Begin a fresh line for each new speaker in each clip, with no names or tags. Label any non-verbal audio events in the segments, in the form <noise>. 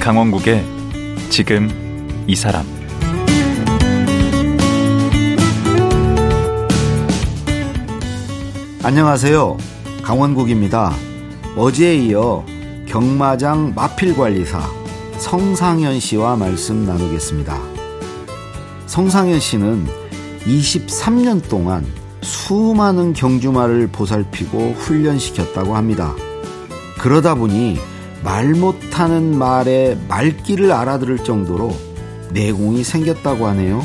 강원국의 지금 이 사람
안녕하세요. 강원국입니다. 어제에 이어 경마장 마필관리사 성상현 씨와 말씀 나누겠습니다. 성상현 씨는 23년 동안 수많은 경주마를 보살피고 훈련시켰다고 합니다. 그러다 보니 말 못하는 말의 말귀를 알아들을 정도로 내공이 생겼다고 하네요.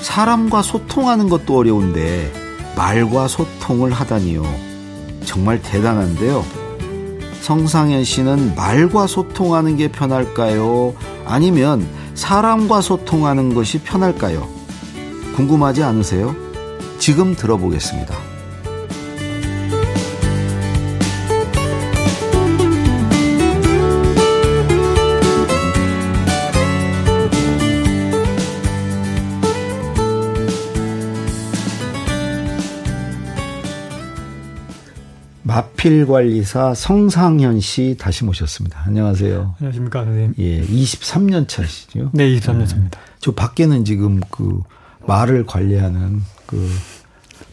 사람과 소통하는 것도 어려운데 말과 소통을 하다니요. 정말 대단한데요. 성상현 씨는 말과 소통하는 게 편할까요? 아니면 사람과 소통하는 것이 편할까요? 궁금하지 않으세요? 지금 들어보겠습니다. 마필관리사 성상현 씨 다시 모셨습니다. 안녕하세요.
안녕하십니까, 선생님.
예, 23년 차시죠?
네, 23년 차입니다.
저 밖에는 지금 그 말을 관리하는 그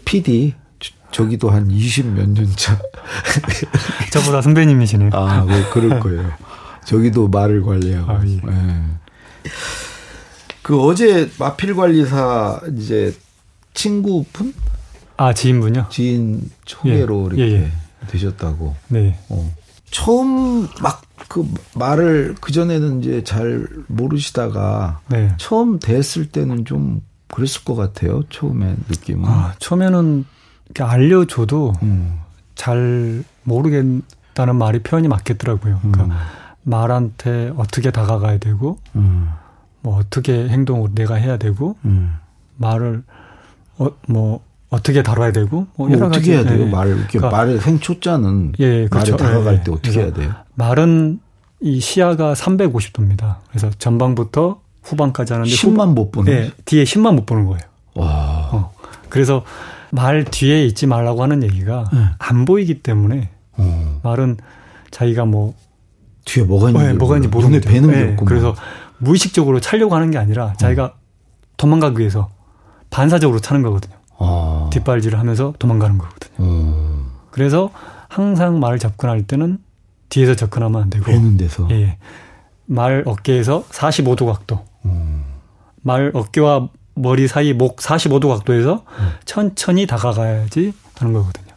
PD 저- 저기도 한 20 몇 년 차.
<laughs> 저보다 선배님이시네요.
아, 뭐 그럴 거예요. 저기도 말을 관리하고.
아, 예.
예. 그 어제 마필 관리사 이제 친구분
아, 지인분요?
지인 소개로
예, 예,
이렇게
예.
되셨다고.
네.
어. 처음 막 그 말을 그 전에는 이제 잘 모르시다가
네.
처음 됐을 때는 좀 그랬을 것 같아요. 처음에 느낌은.
아, 처음에는 이렇게 알려줘도
음.
잘 모르겠다는 말이 표현이 맞겠더라고요. 그러니까 말한테 어떻게 다가가야 되고,
음.
뭐 어떻게 행동을 내가 해야 되고,
음.
말을 어, 뭐 어떻게 다뤄야 되고, 뭐
뭐
여러
어떻게
가지.
해야 돼요?
예, 예.
말을 이렇게
그러니까
말의 생초자는
예, 예, 그렇죠.
말에 다가갈
예, 예.
때 어떻게
그래서
해야 돼요?
말은 이 시야가 350도입니다. 그래서 전방부터 후방까지 하는데 후방-
10만 못 보는.
네, 뒤에 10만 못 보는 거예요.
와.
어. 그래서 말 뒤에 있지 말라고 하는 얘기가
네.
안 보이기 때문에
어.
말은 자기가 뭐
뒤에 뭐가 있는지
네, 뭐가 있는지
몰라.
모르는 예,
눈에 뵈는 게 없고.
그래서 무의식적으로 차려고 하는 게 아니라 자기가 도망가기 위해서 반사적으로 차는 거거든요.
아.
뒷발질을 하면서 도망가는 거거든요.
어.
그래서 항상 말을 접근할 때는 뒤에서 접근하면 안 되고
뵈는 데서.
예, 예. 말 어깨에서 45도 각도
음.
말 어깨와 머리 사이 목 45도 각도에서
음.
천천히 다가가야지 하는 거거든요.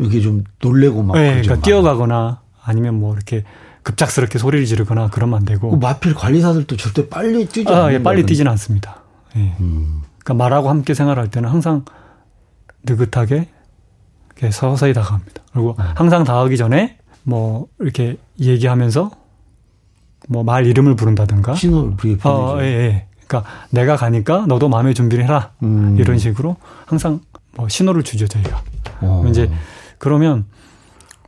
이게 좀 놀래고 막
예,
그러죠,
그러니까
막.
뛰어가거나 아니면 뭐 이렇게 급작스럽게 소리를 지르거나 그러면 안
그
되고
마필 관리사들도 절대 빨리 뛰지
아,
않는다는-
예, 빨리 뛰지는 않습니다. 예.
음.
그러니까 말하고 함께 생활할 때는 항상 느긋하게 이렇게 서서히 다가갑니다. 그리고
네.
항상 다가기 전에 뭐 이렇게 얘기하면서 뭐 말 이름을 부른다든가
신호를 브리핑.
어, 예, 예. 그러니까 내가 가니까 너도 마음의 준비를 해라.
음.
이런 식으로 항상 뭐 신호를 주죠, 저희가.
어.
이제 그러면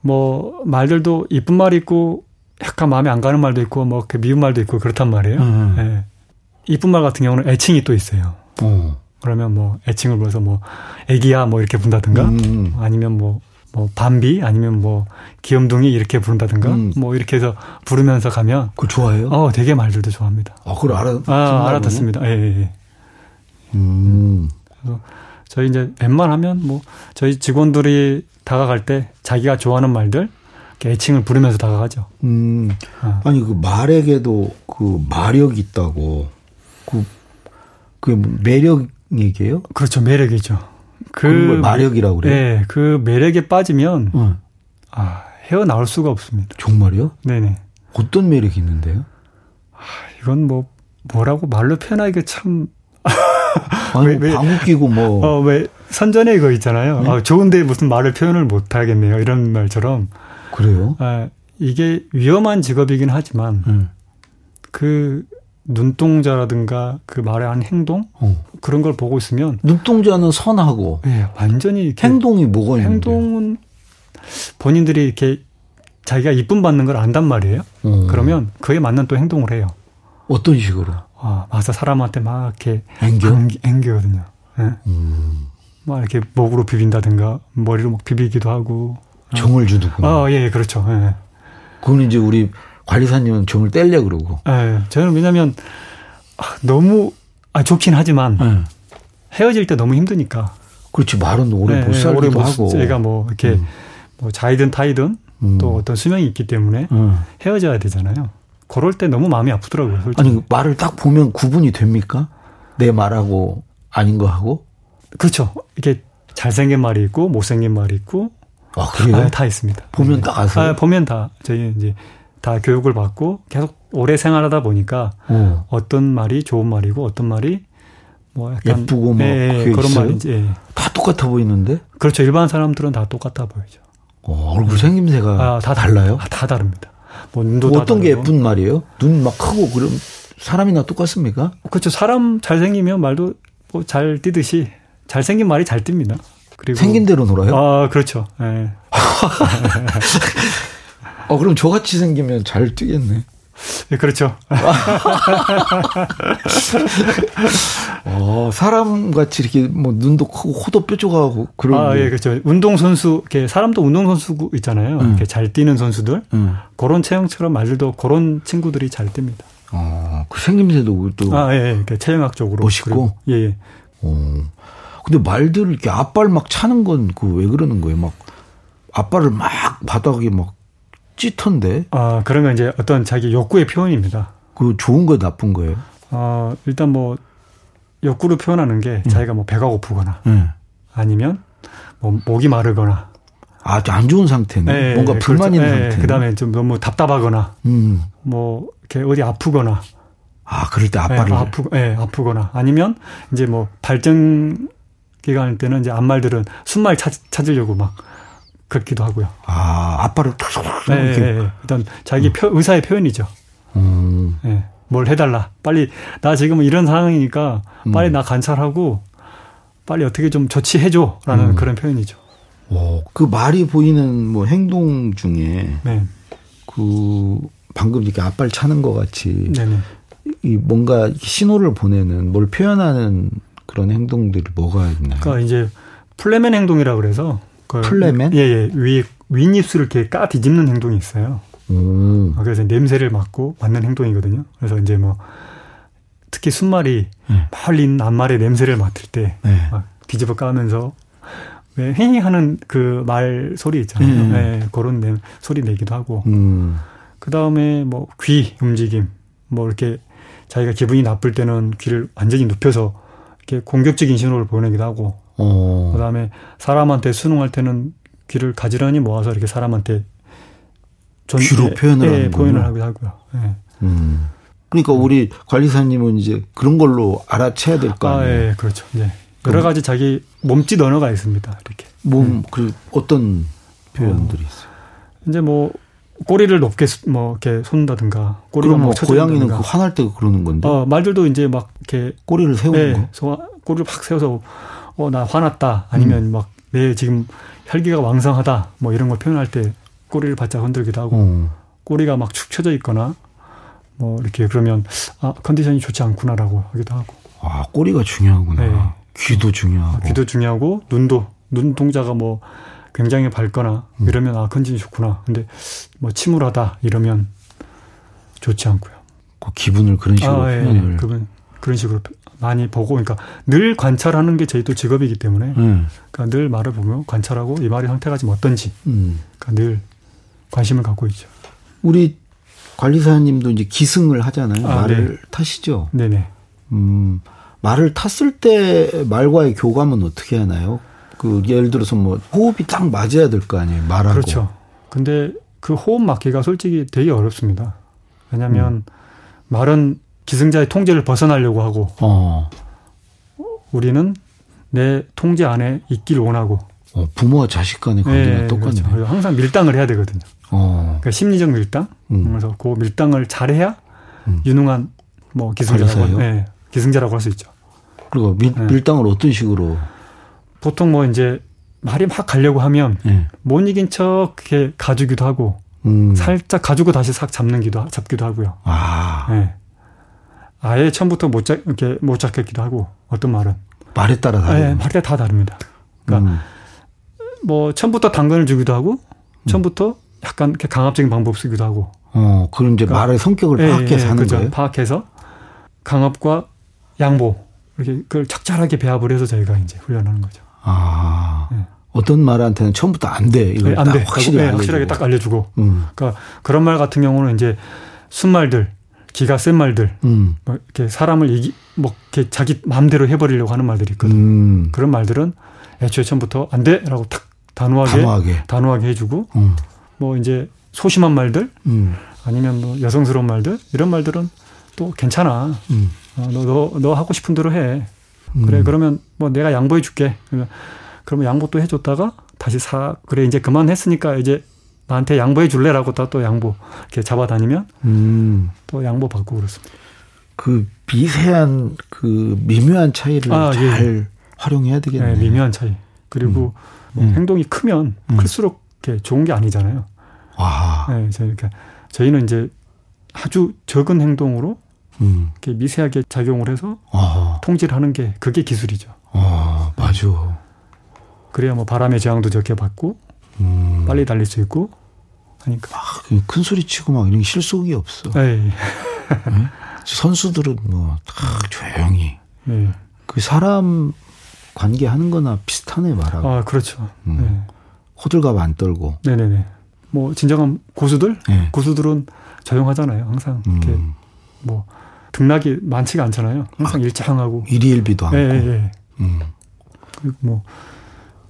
뭐 말들도 이쁜 말이 있고 약간 마음에 안 가는 말도 있고 뭐 이렇게 미운 말도 있고 그렇단 말이에요.
음.
예. 이쁜 말 같은 경우는 애칭이 또 있어요.
어.
그러면 뭐 애칭을 불러서 뭐 애기야 뭐 이렇게 부른다든가
음.
아니면 뭐, 뭐 반비 아니면 뭐 귀염둥이 이렇게 부른다든가
음.
뭐 이렇게 해서 부르면서 가면
그걸 좋아해요?
어 되게 말들도 좋아합니다.
아, 그걸 알아.
아, 알아듣습니다. 예, 예, 예.
음.
그래서 저희 이제 웬만하면 뭐 저희 직원들이 다가갈 때 자기가 좋아하는 말들 이렇게 애칭을 부르면서 다가가죠.
음.
아.
아니 그 말에게도 그 마력이 있다고 그 그게 뭐 매력이게요?
그렇죠. 매력이죠. 그
그런 걸 마력이라고 그래요?
네, 그 매력에 빠지면
응.
아, 헤어나올 수가 없습니다.
정말요?
네, 네.
어떤 매력이 있는데요?
이건 뭐 뭐라고 말로 표현하기가 참
아니
왜-
뭐
왜-
방귀 끼고 뭐
어, 왜 선전에 이거 있잖아요.
네?
아, 좋은데 무슨 말을 표현을 못 하겠네요. 이런 말처럼
그래요?
아, 이게 위험한 직업이긴 하지만
응.
그 눈동자라든가 그 말의 한 행동
어.
그런 걸 보고 있으면
눈동자는 선하고
예, 완전히 이렇게
행동이 뭐가 있는데?
행동은 본인들이 이렇게 자기가 이쁨 받는 걸 안단 말이에요.
어.
그러면 그에 맞는 또 행동을 해요.
어떤 식으로?
아, 와서 사람한테 막 이렇게
앵겨?
앵기- 앵기거든요. 예.
음.
막 이렇게 목으로 비빈다든가 머리로 막 비비기도 하고.
정을 주는구나.
어. 아, 예, 예, 그렇죠. 예.
그건 이제 우리 관리사님은 종을 떼려 그러고.
예, 저는 왜냐면 아, 너무 아 좋긴 하지만
예.
헤어질 때 너무 힘드니까.
그렇지 말은 오래
예,
못
예, 오래
살기도
못
하고.
쓰- 제가 뭐 이렇게 뭐 자이든 타이든
음.
또 어떤 수명이 있기 때문에
예.
헤어져야 되잖아요. 그럴 때 너무 마음이 아프더라고요. 솔직히.
아니 말을 딱 보면 구분이 됩니까? 내 말하고 아닌 거 하고.
그렇죠. 이게 잘생긴 말이 있고 못생긴 말이 있고
아
다,
그래요?
아, 다 있습니다.
보면 딱 아세요.
아, 보면 다 저희 이제 다 교육을 받고 계속 오래 생활하다 보니까
어.
어떤 말이 좋은 말이고 어떤 말이 뭐 약간
예쁘고 뭐
예, 예,
그게
그런
있어요?
말인지 예.
다 똑같아 보이는데.
그렇죠. 일반 사람들은 다 똑같아 보이죠.
어, 얼굴 생김새가
아,
다
다
달라요.
아, 다 다릅니다. 뭐 눈도
뭐
다
어떤 게
다르고.
예쁜 말이에요? 눈 막 크고 그럼 사람이나 똑같습니까?
그렇죠. 사람 잘생기면 말도 뭐 잘 뛰듯이 잘생긴 말이 잘 뜁니다. 그리고
생긴 대로 놀아요?
아 그렇죠. 예.
어, 그럼 저같이 생기면 잘 뛰겠네.
예, 그렇죠.
어, 사람같이 이렇게 뭐 눈도 크고 코도 뾰족하고 그런.
아,
게.
예, 그렇죠. 운동선수, 이렇게 사람도 운동선수 있잖아요.
음.
이렇게 잘 뛰는 선수들.
응.
그런 체형처럼 말들도 그런 친구들이 잘 뜹니다.
어, 그 생김새도 또.
아, 예, 예. 이렇게 체형학적으로.
멋있고?
그리고, 예, 예.
어. 근데 말들 이렇게 앞발 막 차는 건 그 왜 그러는 거예요? 막 앞발을 막 바닥에 막 찌던데
아, 그런 건 이제 어떤 자기 욕구의 표현입니다.
그 좋은 거 나쁜 거예요?
어, 일단 뭐, 욕구를 표현하는 게
음.
자기가 뭐 배가 고프거나
예.
아니면 뭐 목이 마르거나.
아, 안 좋은 상태네.
예, 예,
뭔가
예,
불만
그렇죠.
있는
예, 예.
상태.
그 다음에 좀 너무 답답하거나
음.
뭐, 이렇게 어디 아프거나.
아, 그럴 때
예,
앞발을.
아프, 예, 아프거나 아니면 이제 뭐 발정 기간일 때는 이제 암말들은 순말 찾, 찾으려고 막 그렇기도 하고요.
아, 앞발을 툭툭툭
예,
이렇게.
예, 예. 일단 자기 표- 의사의 표현이죠.
음.
예. 뭘 해달라. 빨리 나 지금 이런 상황이니까 빨리
음.
나 관찰하고 빨리 어떻게 좀
음.
조치해줘라는 그런 표현이죠.
오, 그 말이 보이는 뭐 행동 중에
네,
그 방금 이렇게 앞발 차는 것 같이
네, 네.
이 뭔가 이렇게 신호를 보내는 뭘 표현하는 그런 행동들이 뭐가 있나요?
그러니까 이제 플레멘 행동이라 그래서 그
플레멘?
예, 예. 위 윗입술을 이렇게 까 뒤집는 행동이 있어요.
오,
아, 그래서 냄새를 맡고 맡는 행동이거든요. 그래서 이제 뭐 특히 순말이
네.
멀리 있는 앞말의 냄새를 맡을 때
네.
막 뒤집어 까면서 왜 휑히 하는 그 말 소리 있잖아요.
음.
네, 그런 냄- 소리 내기도 하고
음,
그 다음에 뭐 귀 움직임 뭐 이렇게 자기가 기분이 나쁠 때는 귀를 완전히 눕혀서 이렇게 공격적인 신호를 보내기도 하고 그
어,
다음에 사람한테 수능할 때는 귀를 가지런히 모아서 이렇게 사람한테 전-
귀로
예,
표현을
예,
하는군요.
표현을 하기도 하고요. 예.
음. 그러니까 우리 관리사님은 이제 그런 걸로 알아채야 될 거
아,
아니에요?
예, 그렇죠. 예. 여러 가지 자기 몸짓 언어가 있습니다. 이렇게.
몸, 그 어떤 표현들이 있어요?
이제 뭐 꼬리를 높게 수- 뭐 이렇게 쏜다든가 꼬리가
그럼 뭐
막
고양이는 그
쳐진다든가.
화날 때 그러는 건데
어, 말들도 이제 막 이렇게
꼬리를 세우는
예,
거?
소화- 꼬리를 팍 세워서 어, 나 화났다. 아니면
음.
막 내 지금 혈기가 왕성하다. 뭐 이런 걸 표현할 때 꼬리를 바짝 흔들기도 하고
어.
꼬리가 막 축 처져 있거나 뭐 이렇게 그러면 아, 컨디션이 좋지 않구나라고 하기도 하고. 뭐
아, 꼬리가 중요하구나. 귀도 중요하고.
네. 아, 귀도 중요하고 눈도 눈 동자가 뭐 굉장히 밝거나
음.
이러면 아 컨디션이 좋구나. 근데 뭐 침울하다 이러면 좋지 않고요.
그 기분을 그런 식으로
아, 예,
표현을.
예. 그분 그런 식으로 많이 보고 그러니까 늘 관찰하는 게 저희 또 직업이기 때문에
예.
그러니까 늘 말을 보면 관찰하고 이 말의 상태가 지금 어떤지
음.
그러니까 늘 관심을 갖고 있죠.
우리 관리사님도 이제 기승을 하잖아요.
아,
말을 타시죠.
네네.
음, 말을 탔을 때 말과의 교감은 어떻게 하나요? 그 예를 들어서 뭐 호흡이 딱 맞아야 될 거 아니에요. 말하고.
그렇죠. 근데 그 호흡 맞기가 솔직히 되게 어렵습니다. 왜냐하면
음.
말은 기승자의 통제를 벗어나려고 하고
어,
우리는 내 통제 안에 있길 원하고
어, 부모와 자식 간의 관계가
예,
똑같네요.
그렇죠. 항상 밀당을 해야 되거든요.
어,
그러니까 심리적 밀당.
음.
그래서 그 밀당을 잘해야
음.
유능한 뭐
관리사예요?
기승자라고 예, 기승자라고 할 수 있죠.
그리고 밀,
예.
밀당을 어떤 식으로?
보통 뭐 이제 말이 막 가려고 하면
예.
못 이긴 척 이렇게 가주기도 하고
음.
살짝 가지고 다시 싹 잡는기도 하- 잡기도 하고요.
아,
예. 아예 처음부터 못 잡, 이렇게 못 잡겠기도 하고 어떤 말은
말에 따라
아, 예,
다르네.
말에 다 다릅니다. 그러니까
음.
뭐 처음부터 당근을 주기도 하고 처음부터 약간 이렇게 강압적인 방법 쓰기도 하고
어, 그런 이제 말의 성격을
예,
파악해
예,
서하는
그죠.
거예요.
파악해서 강압과 양보 이렇게 그걸 착잘하게 배합을 해서 저희가 이제 훈련하는 거죠.
아,
예.
어떤 말한테는 처음부터 안 돼. 이걸
예,
딱 확실히
예,
알려주고.
확실하게 딱 알려주고.
음,
그러니까 그런 말 같은 경우는 이제 순말들, 기가 센 말들,
음,
뭐 이렇게 사람을 이기 뭐 이렇게 자기 마음대로 해버리려고 하는 말들이 있거든. 요
음,
그런 말들은 애초에 처음부터 안 돼라고 탁 단호하게
단호하게.
단호하게 해주고
음,
뭐 이제 소심한 말들
음,
아니면 뭐 여성스러운 말들 이런 말들은 또 괜찮아.
음.
어, 너, 너, 너 하고 싶은 대로 해.
음.
그래, 그러면 뭐 내가 양보해 줄게. 그러면, 그러면 양보 또 해줬다가 다시 사, 그래, 이제 그만했으니까 이제 나한테 양보해 줄래라고 다 또 양보, 이렇게 잡아다니면
음.
또 양보 받고 그렇습니다.
그 미세한 그 미묘한 차이를
아, 예.
잘 활용해야 되겠네.
네, 미묘한 차이. 그리고 뭐
예. 음.
행동이 크면
음.
클수록 이렇게 좋은 게 아니잖아요.
와,
네, 저희, 그러니까 저희는 이제 아주 적은 행동으로
음,
이렇게 미세하게 작용을 해서
어,
통제를 하는 게 그게 기술이죠.
어, 맞아.
그래야 뭐 바람의 저항도 적게 받고
음,
빨리 달릴 수 있고 하니까.
아, 그큰 소리 치고 막 이런 실속이 없어.
예,
선수들은 뭐탁 조용히.
네.
그 사람 관계하는 거나 비슷하네 말하고
아, 그렇죠.
음. 호들갑 안 떨고
네. 네네뭐 진정한 고수들,
네.
고수들은 조용하잖아요. 항상
음,
이렇게 뭐 등락이 많지가 않잖아요. 항상 일정하고.
일희일비도
예,
않고
예, 예.
음,
그리고 뭐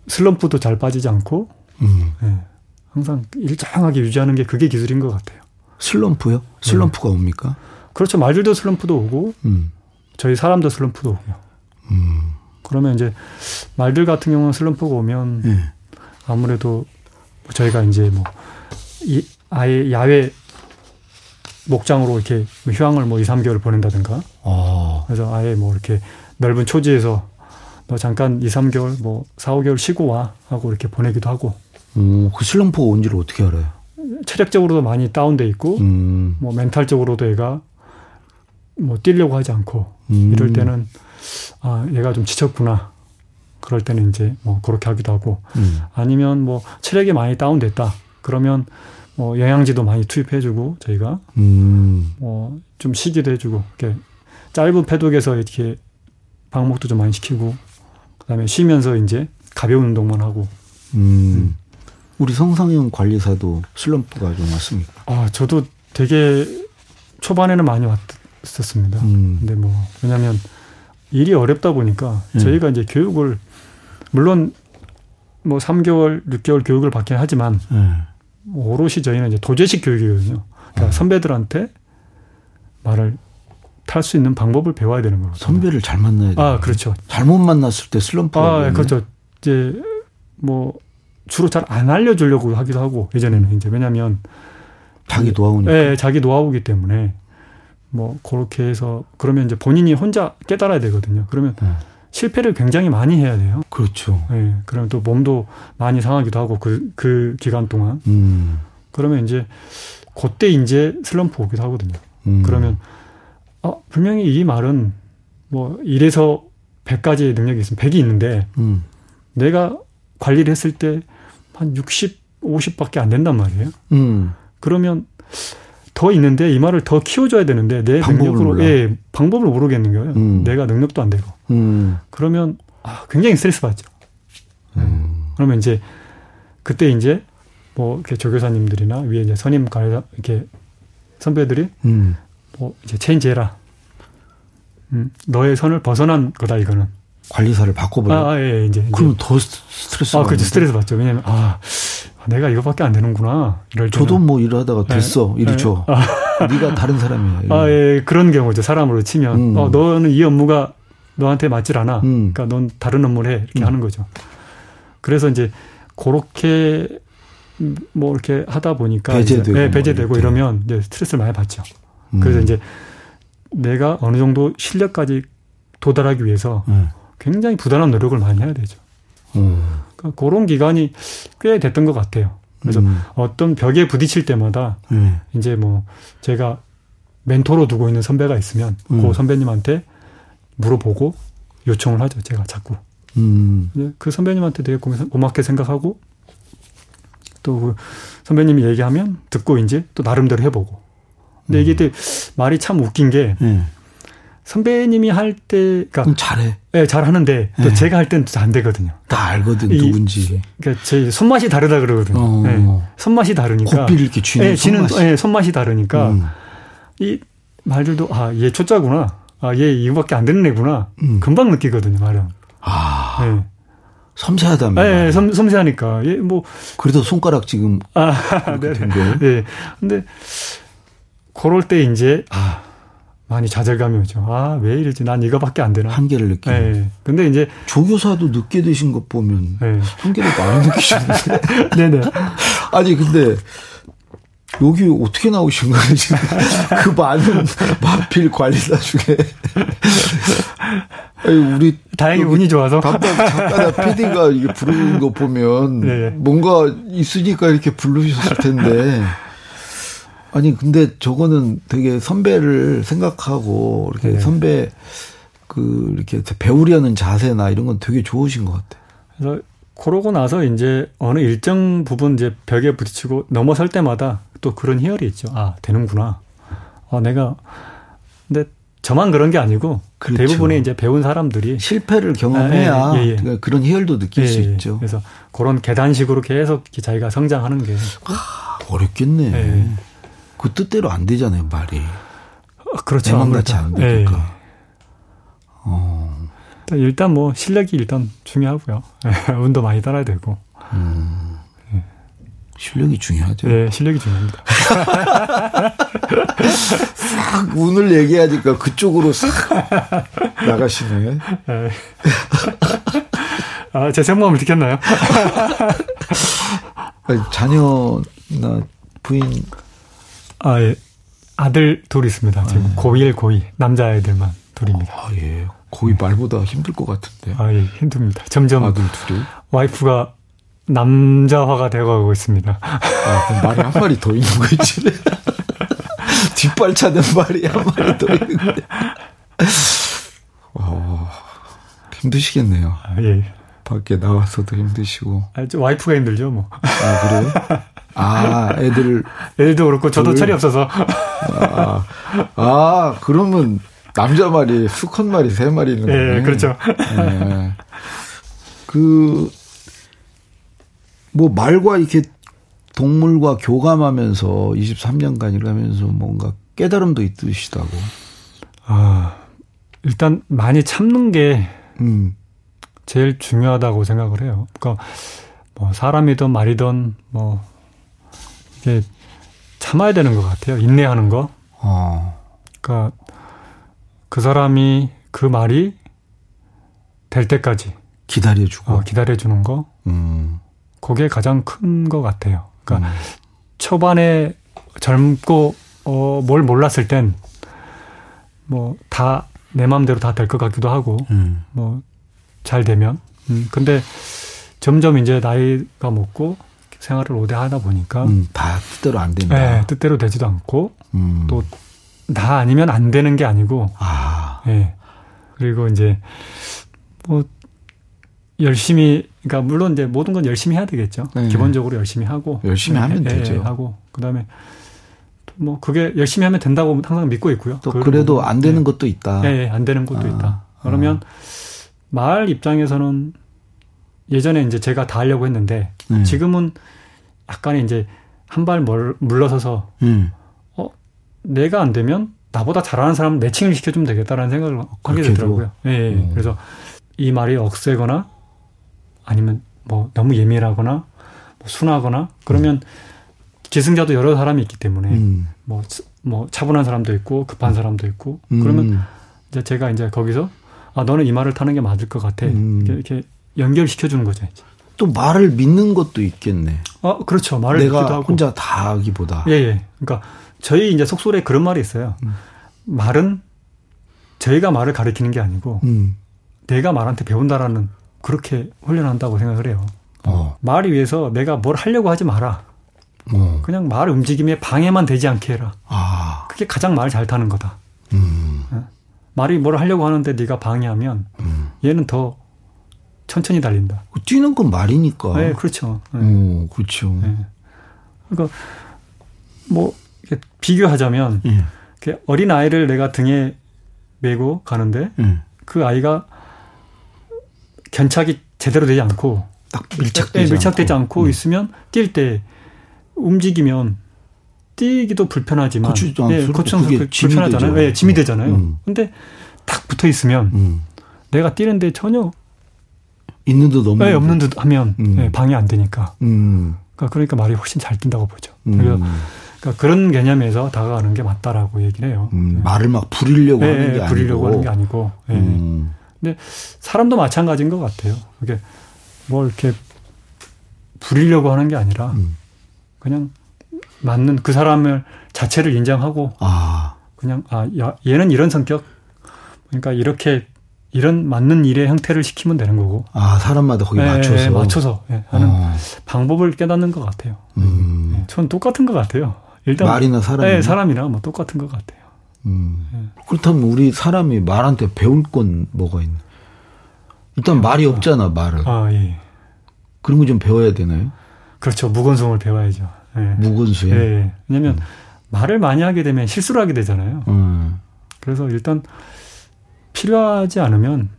슬럼프도 잘 빠지지 않고
음.
예. 항상 일정하게 유지하는 게 그게 기술인 것 같아요.
슬럼프요? 슬럼프가 옵니까?
그렇죠. 말들도 슬럼프도 오고
음,
저희 사람도 슬럼프도 오고요.
음,
그러면 이제 말들 같은 경우는 슬럼프가 오면
예.
아무래도 뭐 저희가 이제 뭐 이, 아예 야외 목장으로 이렇게 뭐 휴양을 뭐 2, 3개월 보낸다든가
어,
그래서 아예 뭐 이렇게 넓은 초지에서 너 잠깐 2, 3개월 뭐 4, 5개월 쉬고 와 하고 이렇게 보내기도 하고
음, 그 슬럼프가 온 줄 어떻게 알아요?
체력적으로도 많이 다운돼 있고
음,
뭐 멘탈적으로도 얘가 뭐 뛰려고 하지 않고
음.
이럴 때는 아 얘가 좀 지쳤구나 그럴 때는 이제 뭐 그렇게 하기도 하고
음,
아니면 뭐 체력이 많이 다운됐다. 그러면 뭐 영양제도 많이 투입해주고 저희가
음,
뭐좀 쉬기도 해주고 이렇게 짧은 패독에서 이렇게 방목도 좀 많이 시키고 그다음에 쉬면서 이제 가벼운 운동만 하고
음. 우리 성상형 관리사도 슬럼프가 좀 왔습니까?
아 저도 되게 초반에는 많이 왔었습니다.
음,
근데 뭐 왜냐하면 일이 어렵다 보니까
음.
저희가 이제 교육을 물론 뭐 3개월, 6개월 교육을 받긴 하지만
예.
오롯이 저희는 이제 도제식 교육이거든요. 그러니까 선배들한테 말을 탈 수 있는 방법을 배워야 되는 거거든요.
선배를 잘 만나야 돼.
아, 그렇죠.
잘못 만났을 때 슬럼프가
아,
오겠네.
그렇죠. 이제 뭐 주로 잘 안 알려주려고 하기도 하고 예전에는 이제 왜냐하면
자기 노하우니까.
예, 자기 노하우기 때문에 뭐 그렇게 해서 그러면 이제 본인이 혼자 깨달아야 되거든요. 그러면
예.
실패를 굉장히 많이 해야 돼요.
그렇죠.
예, 그러면 또 몸도 많이 상하기도 하고 그, 그 기간 동안
음,
그러면 이제 그때 이제 슬럼프 오기도 하거든요.
음.
그러면 어, 분명히 이 말은 뭐 1에서 100까지의 능력이 있으면 100이 있는데
음,
내가 관리를 했을 때 한 60, 50밖에 안 된단 말이에요.
음.
그러면 더 있는데 이 말을 더 키워줘야 되는데 내
방법을
능력으로
몰라.
예 방법을 모르겠는 거예요.
음.
내가 능력도 안 되고
음.
그러면 아, 굉장히 스트레스 받죠.
음.
그러면 이제 그때 이제 뭐 이렇게 조교사님들이나 위에 이제 선임 가르 이렇게 선배들이
음.
뭐 이제 체인지해라. 음, 너의 선을 벗어난 거다 이거는.
관리사를 바꿔버려.
아, 아, 예, 예, 이제. 이제.
그러면 더 스- 스트레스.
아,
받는데.
그죠 스트레스 받죠. 왜냐면 아, 내가 이거밖에 안 되는구나. 이럴 때는.
저도 뭐 일하다가
네.
됐어. 이리
네.
줘.
아.
네가 다른 사람이야. 이런.
아, 예, 그런 경우죠. 사람으로 치면
음.
어, 너는 이 업무가 너한테 맞질 않아.
음.
그러니까 넌 다른 업무를 해. 이렇게
음.
하는 거죠. 그래서 이제 그렇게 뭐 이렇게 하다 보니까 이제,
배제되고
예,
뭐
배제되고
이렇게.
이러면 이제 스트레스를 많이 받죠.
음.
그래서 이제 내가 어느 정도 실력까지 도달하기 위해서
네.
굉장히 부단한 노력을 많이 해야 되죠.
음.
그러니까 그런 기간이 꽤 됐던 것 같아요. 그래서
음.
어떤 벽에 부딪힐 때마다
네.
이제 뭐 제가 멘토로 두고 있는 선배가 있으면
음.
그 선배님한테 물어보고 요청을 하죠. 제가 자꾸. 예,
음.
근데 그 선배님한테 되게 고마- 고맙게 생각하고 또그 선배님이 얘기하면 듣고 이제 또 나름대로 해보고. 근데 이게
음.
또 말이 참 웃긴 게
예.
선배님이 할 때, 그러니까
그럼 잘해.
예, 잘 하는데 또 제가 할 때는 잘 안 되거든요.
다 알거든
이-
누군지.
그러니까 제 손맛이 다르다 그러거든요.
어.
예, 손맛이 다르니까.
고삐를 이렇게 쥐는
예, 쥐는
손맛이.
예, 손맛이 다르니까
음.
이 말들도 아 얘 초짜구나. 아 얘 이거밖에 안 되는 애구나.
음.
금방 느끼거든요, 말은.
아
예.
섬세하다며.
예, 예, 섬, 섬세하니까. 예,
<laughs>
뭐,
그래도 손가락 지금
아, 네.
같은 거.
예. 근데, 그럴 때 이제, 아, 많이 좌절감이 오죠. 아, 왜 이러지? 난 이거밖에 안 되나?
한계를 느끼는.
예. 근데 이제,
조교사도 늦게 되신 것 보면
예.
한계를 많이 느끼셨는데. <laughs>
네네.
아니 근데 여기 어떻게 나오신 거예요 지금 <laughs> 그 많은 마필 관리사 중에 <laughs> 아니, 우리
다행히 운이 좋아서.
담당 작가나 PD가 이게 부르는 거 보면
예, 예.
뭔가 있으니까 이렇게 부르셨을 텐데 아니 근데 저거는 되게 선배를 생각하고 이렇게
네.
선배 그 이렇게 배우려는 자세나 이런 건 되게 좋으신 것 같아요.
그래서, 그러고 나서 이제 어느 일정 부분 이제 벽에 부딪히고 넘어설 때마다 또 그런 희열이 있죠. 아, 되는구나. 아, 내가, 근데 저만 그런 게 아니고
그렇죠.
대부분의 이제 배운 사람들이
실패를 경험해야
아, 예, 예, 예.
그러니까 그런 희열도 느낄 수
예, 예.
있죠.
그래서 그런 계단식으로 계속 이렇게 자기가 성장하는 게
아, 어렵겠네.
예.
그 뜻대로 안 되잖아요, 말이.
어, 그렇죠.
내 맘같이
아무래도.
안
예, 예.
되니까. 어,
일단- 일단 뭐 실력이 일단 중요하고요. 예, <laughs> 운도 많이 따라야 되고
실력이 중요하죠.
예, 실력이 중요합니다.
딱 운을 얘기하니까 그쪽으로 싹 나가시네.
예. 아, 제 생모함을 듣겠나요?
아니, 자녀나 부인
아, 예. 아들 예. 둘 있습니다. 지금 고1, 고2 남자아이들만 둘입니다.
아, 예. 거의 말보다 힘들 것 같은데.
아, 예, 힘듭니다. 점점
아들 둘이.
와이프가 남자화가 되어가고 있습니다. <laughs>
아, 그럼 말이 한 마리 더 있는 거지. <laughs> 뒷발 차는 말이 한 마리 더 있는 거. 와, 힘드시겠네요.
아, 예.
밖에 나와서도 힘드시고.
아, 저 와이프가 힘들죠, 뭐. <laughs>
아, 그래요? 아, 애들.
애들도 그렇고 저도
둘.
철이 없어서 <laughs>
아, 아, 그러면 남자 말이 수컷 말이 세 마리 있는 거네.
예, 그렇죠.
예. 그, 뭐, 말과 이렇게 동물과 교감하면서 23년간 일하면서 뭔가 깨달음도 있으시다고.
아, 일단 많이 참는 게
음,
제일 중요하다고 생각을 해요. 그러니까 뭐 사람이든 말이든 뭐 이게 참아야 되는 것 같아요. 인내하는 거.
어,
그러니까 그 사람이 그 말이 될 때까지
기다려주고.
어, 기다려주는 거.
음,
그게 가장 큰 것 같아요. 그러니까
음.
초반에 젊고 어, 뭘 몰랐을 땐 뭐 다 내 마음대로 다 될 것 같기도 하고
음,
뭐 잘 되면. 음, 근데 점점 이제 나이가 먹고 생활을 오래 하다 보니까
음, 다 뜻대로 안 된다.
예, 뜻대로 되지도 않고
음.
또 나 아니면 안 되는 게 아니고
아,
예. 그리고 이제 뭐 열심히 그러니까 물론 이제 모든 건 열심히 해야 되겠죠.
네.
기본적으로 열심히 하고 예,
열심히 하면 되죠.
하고 그다음에 또뭐 그게 열심히 하면 된다고 항상 믿고 있고요.
또
그걸
그래도
뭐,
안 되는 것도 있다.
예, 예, 안 되는 것도
아,
있다. 그러면 말 입장에서는 예전에 이제 제가 다 하려고 했는데
네.
지금은 약간 이제 한 발 물러서서
음.
어 내가 안 되면 나보다 잘하는 사람 매칭을 시켜주면 되겠다라는 생각을 하게
그렇게도?
되더라고요. 예, 예.
음.
그래서 이 말이 억세거나 아니면 뭐 너무 예민하거나 뭐 순하거나 그러면 기승자도 여러 사람이 있기 때문에
음.
뭐, 스- 뭐 차분한 사람도 있고 급한 사람도 있고
음.
그러면 이제 제가 이제 거기서 아 너는 이 말을 타는 게 맞을 것 같아
음.
이렇게, 이렇게 연결시켜 주는 거죠. 이제.
또 말을 믿는 것도 있겠네.
아 그렇죠. 말을
내가
듣기도 하고
혼자 다 하기보다.
예, 예. 그러니까 저희 이제 속설에 그런 말이 있어요. 말은 저희가 말을 가르치는 게 아니고
음.
내가 말한테 배운다라는 그렇게 훈련한다고 생각을 해요.
어.
말을 위해서 내가 뭘 하려고 하지 마라.
어.
그냥 말 움직임에 방해만 되지 않게 해라.
아.
그게 가장 말 잘 타는 거다.
음.
말이 뭘 하려고 하는데 네가 방해하면
음.
얘는 더 천천히 달린다.
그 뛰는 건 말이니까.
예, 그렇죠. 예,
어, 그렇죠.
예. 그러니까 뭐 이렇게 비교하자면
예.
이렇게 어린 아이를 내가 등에 메고 가는데
예.
그 아이가 견착이 제대로 되지 않고
딱
예,
밀착되지
밀착되지 않고
음.
있으면 뛸 때 움직이면 뛰기도 불편하지만
고추지도 않습니다.
고추장
그게
그-
짐이
불편하잖아요.
되죠.
예, 짐이 되잖아요.
음.
근데 딱 붙어 있으면
음.
내가 뛰는데 전혀
있는 듯 없는
예,
듯.
없는 듯 하면
음.
예, 방해 안 되니까.
음.
그러니까, 그러니까 말이 훨씬 잘 뛴다고 보죠.
음.
그래서 그러니까 그런 개념에서 다가가는 게 맞다라고 얘기를 해요.
음,
예.
말을 막 부리려고
예,
하는 게
예,
아니고.
부리려고 하는 게 아니고. 예.
음.
사람도 마찬가지인 것 같아요. 이게 뭘 이렇게 부리려고 하는 게 아니라
음.
그냥 맞는 그 사람을 자체를 인정하고
아.
그냥 아 야, 얘는 이런 성격 그러니까 이렇게 이런 맞는 일의 형태를 시키면 되는 거고
아, 사람마다 거기
예,
맞춰서.
예, 맞춰서 예, 하는
어,
방법을 깨닫는 것 같아요.
음.
예, 전 똑같은 것 같아요. 일단
말이나 사람이.
예, 사람이나 뭐 똑같은 것 같아요.
음. 그렇다면 우리 사람이 말한테 배울 건 뭐가 있나? 일단 말이 없잖아, 말을.
아 예,
그런 거 좀 배워야 되나요?
그렇죠. 무건성을 배워야죠. 예,
무건수에.
예, 예. 왜냐하면 말을 많이 하게 되면 실수를 하게 되잖아요.
음.
그래서 일단 필요하지 않으면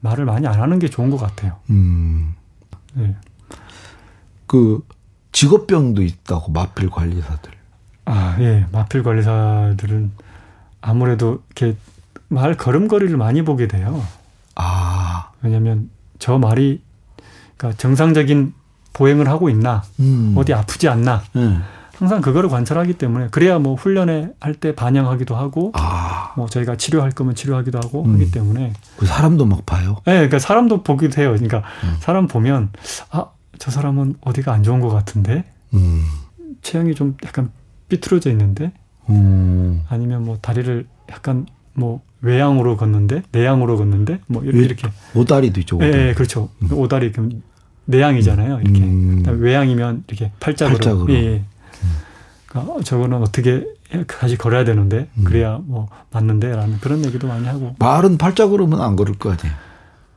말을 많이 안 하는 게 좋은 것 같아요.
음.
예.
그 직업병도 있다고 마필 관리사들.
아, 예. 마필 관리사들은 아무래도 이렇게 말 걸음걸이를 많이 보게 돼요.
아.
왜냐면 저 말이 그러니까 정상적인 보행을 하고 있나,
음.
어디 아프지 않나,
예.
항상 그거를 관찰하기 때문에 그래야 뭐 훈련에 할 때 반영하기도 하고,
아.
뭐 저희가 치료할 거면 치료하기도 하고
음.
하기 때문에
그 사람도 막 봐요.
예, 그러니까 사람도 보기도 해요. 그러니까
음.
사람 보면 아, 저 사람은 어디가 안 좋은 것 같은데
음.
체형이 좀 약간 삐뚤어져 있는데
음.
아니면 뭐 다리를 약간 뭐 외양으로 걷는데 내양으로 걷는데 뭐 이렇게
왜-
이렇게
오다리도 있죠.
예,
오다리.
예, 그렇죠. 그 오다리 그 내양이잖아요. 이렇게
음.
그다음에 외양이면 이렇게 팔짝으로,
팔짝으로.
예. 예. 그러니까 어, 저거는 어떻게 해- 다시 걸어야 되는데
음.
그래야 뭐 맞는데라는 그런 얘기도 많이 하고
말은 팔자그러면 안 걸을 거 아니에요.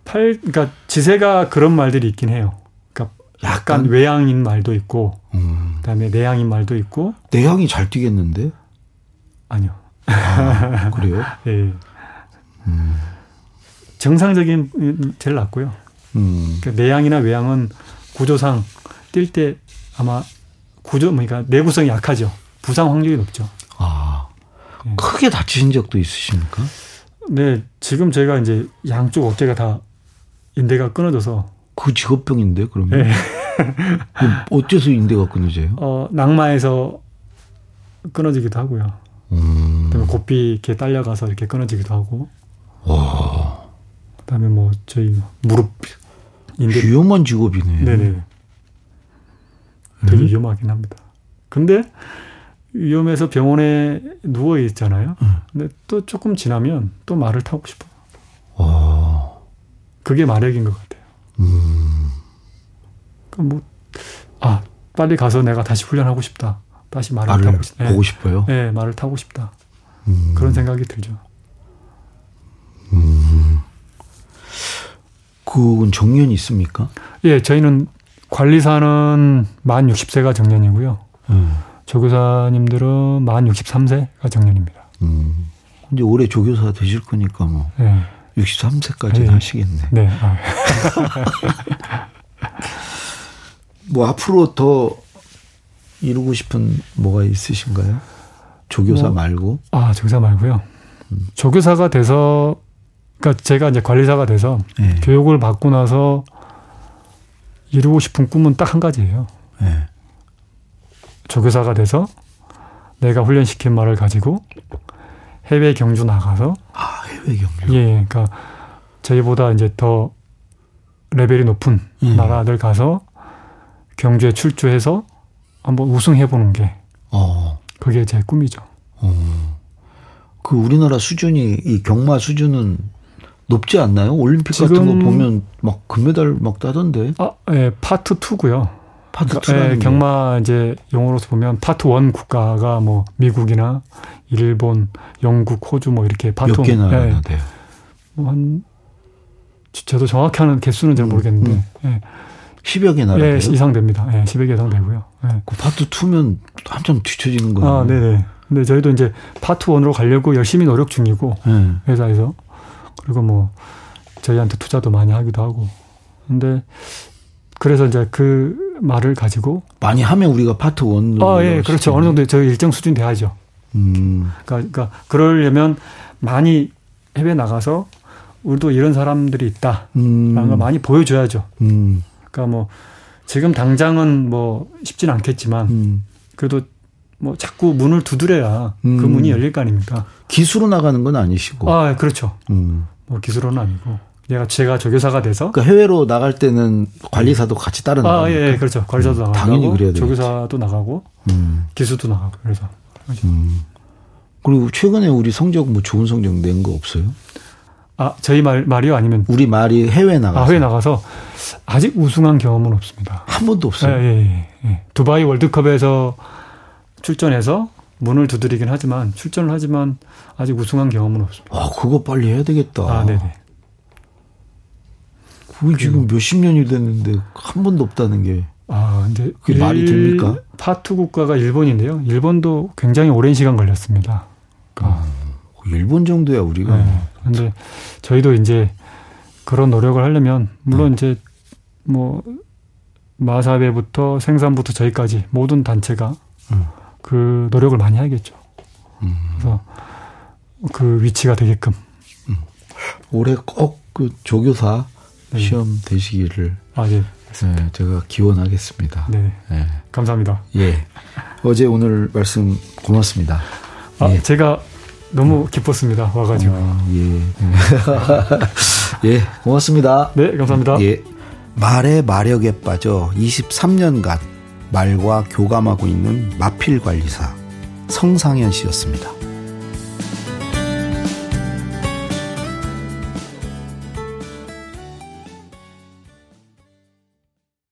팔 그러니까 지세가 그런 말들이 있긴 해요. 그러니까 약간
약간?
외양인 말도 있고
음.
그다음에 내양인 말도 있고
내향이 잘 뛰겠는데?
아니요. <laughs>
아, 그래요?
예. 음. 정상적인 음, 제일 낫고요.
음.
그러니까 내양이나 외양은 구조상 뛸 때 아마 구조 그러니까 내구성이 약하죠. 부상 확률이 높죠.
아.
예.
크게 다치신 적도 있으십니까?
네, 지금 제가 이제 양쪽 어깨가 다 인대가 끊어져서
그 직업병인데 그러면
예.
그 어째서 인대가 끊어져요?
어, 낙마에서 끊어지기도 하고요.
음.
그다음에 고삐 이렇게 딸려가서 이렇게 끊어지기도 하고
와
그다음에 뭐 저희 무릎 인대
위험한 직업이네. 음?
네네. 되게 위험하긴 합니다. 근데 위험해서 병원에 누워 있잖아요.
음.
근데 또 조금 지나면 또 말을 타고 싶어요.
와.
그게 마력인 것 같아요.
음.
그러니까 뭐, 아, 빨리 가서 내가 다시 훈련하고 싶다. 다시 말을
나를
타고 싶다.
보고 싶어요.
예, 예, 말을 타고 싶다.
음.
그런 생각이 들죠.
그건 정년이 있습니까?
예, 저희는 관리사는 만 60세가 정년이고요.
음.
조교사님들은 만 63세가 정년입니다.
음. 이제 올해 조교사 되실 거니까 뭐
예.
63세까지
예.
는 하시겠네.
네. 아,
뭐 앞으로 더 이루고 싶은 뭐가 있으신가요? 조교사
뭐,
말고.
아, 조교사 말고요. 조교사가 돼서 그러니까 제가 이제 관리사가 돼서
예.
교육을 받고 나서 이루고 싶은 꿈은 딱 한 가지예요.
예.
조교사가 돼서 내가 훈련시킨 말을 가지고 해외 경주 나가서
아 해외 경력.
예, 그러니까 저희보다 이제 더 레벨이 높은
음.
나라들 가서 경주에 출주해서 한번 우승해 보는 게
어.
그게 제 꿈이죠.
어. 그 우리나라 수준이 이 경마 수준은 높지 않나요? 올림픽 같은 거
지금-
보면 막 금메달 막 따던데
아, 예, 파트 2고요.
파트
그러니까, 예,
투라는 게.
경마 이제 용어로서 보면 파트 1 국가가 뭐 미국이나 일본, 영국, 호주 뭐 이렇게 파트
몇
원-
개나 네.
예, 뭐
하나 돼요?
뭐한 저도 정확히 하는 개수는 잘 모르겠는데 예.
10여 개 음, 나라예요.
예, 이상 됩니다. 예, 10여 개 이상 되고요. 예.
그 파트 2면 한참 뒤처지는 거예요.
아, 네네. 근데 저희도 이제 파트 1으로 가려고 열심히 노력 중이고,
예.
회사에서. 그리고 뭐, 저희한테 투자도 많이 하기도 하고. 근데, 그래서 이제 그 말을 가지고,
많이 하면 우리가 파트 1로
아, 예, 그렇죠. 어느 정도 저희 일정 수준 돼야죠.
음.
그러니까, 그러니까 그러려면 많이 해외 나가서, 우리도 이런 사람들이 있다.
음.
라는 걸 아, 많이 보여줘야죠.
음.
그러니까 뭐, 지금 당장은 뭐, 쉽진 않겠지만,
음.
그래도 뭐 자꾸 문을 두드려야
음.
그 문이 열릴 거 아닙니까?
기수로 나가는 건 아니시고.
아 예, 그렇죠.
음.
뭐 기술은 아니고 내가 제가 조교사가 돼서
그러니까 해외로 나갈 때는 관리사도 같이 따라 나가요.
아 예 그렇죠 관리자도 나가고
당연히 그래야 되겠지.
조교사도 나가고
음.
기술도 나가고 그래서
음. 그리고 최근에 우리 성적 뭐 좋은 성적 낸 거 없어요?
아 저희 말 말이요 아니면
우리 말이 해외 나가.
아회 나가서 아직 우승한 경험은 없습니다.
한 번도 없어요.
네, 예예예 두바이 월드컵에서 출전해서 문을 두드리긴 하지만 출전을 하지만 아직 우승한 경험은 없습니다.
아, 그거 빨리 해야 되겠다.
아 네네
그게 지금 몇십 년이 됐는데 한 번도 없다는 게.
아, 근데
그게 말이 됩니까?
파트 국가가 일본인데요. 일본도 굉장히 오랜 시간 걸렸습니다. 그러니까,
음, 일본 정도야, 우리가.
네. 근데 저희도 이제 그런 노력을 하려면
네.
물론 이제 뭐 마사베부터 생산부터 저희까지 모든 단체가
음.
그 노력을 많이 하겠죠.
음.
그래서 그 위치가 되게끔
올해 꼭 그 조교사
네.
시험 되시기를
아 예,
네, 제가 기원하겠습니다.
네,
네.
감사합니다.
예. 어제 오늘 말씀 고맙습니다.
아
예.
제가 너무 기뻤습니다. 와가지고
아, <laughs> 예. 예, 고맙습니다.
네, 감사합니다.
예. 말의 마력에 빠져 23년간 말과 교감하고 있는 마필 관리사 성상현 씨였습니다.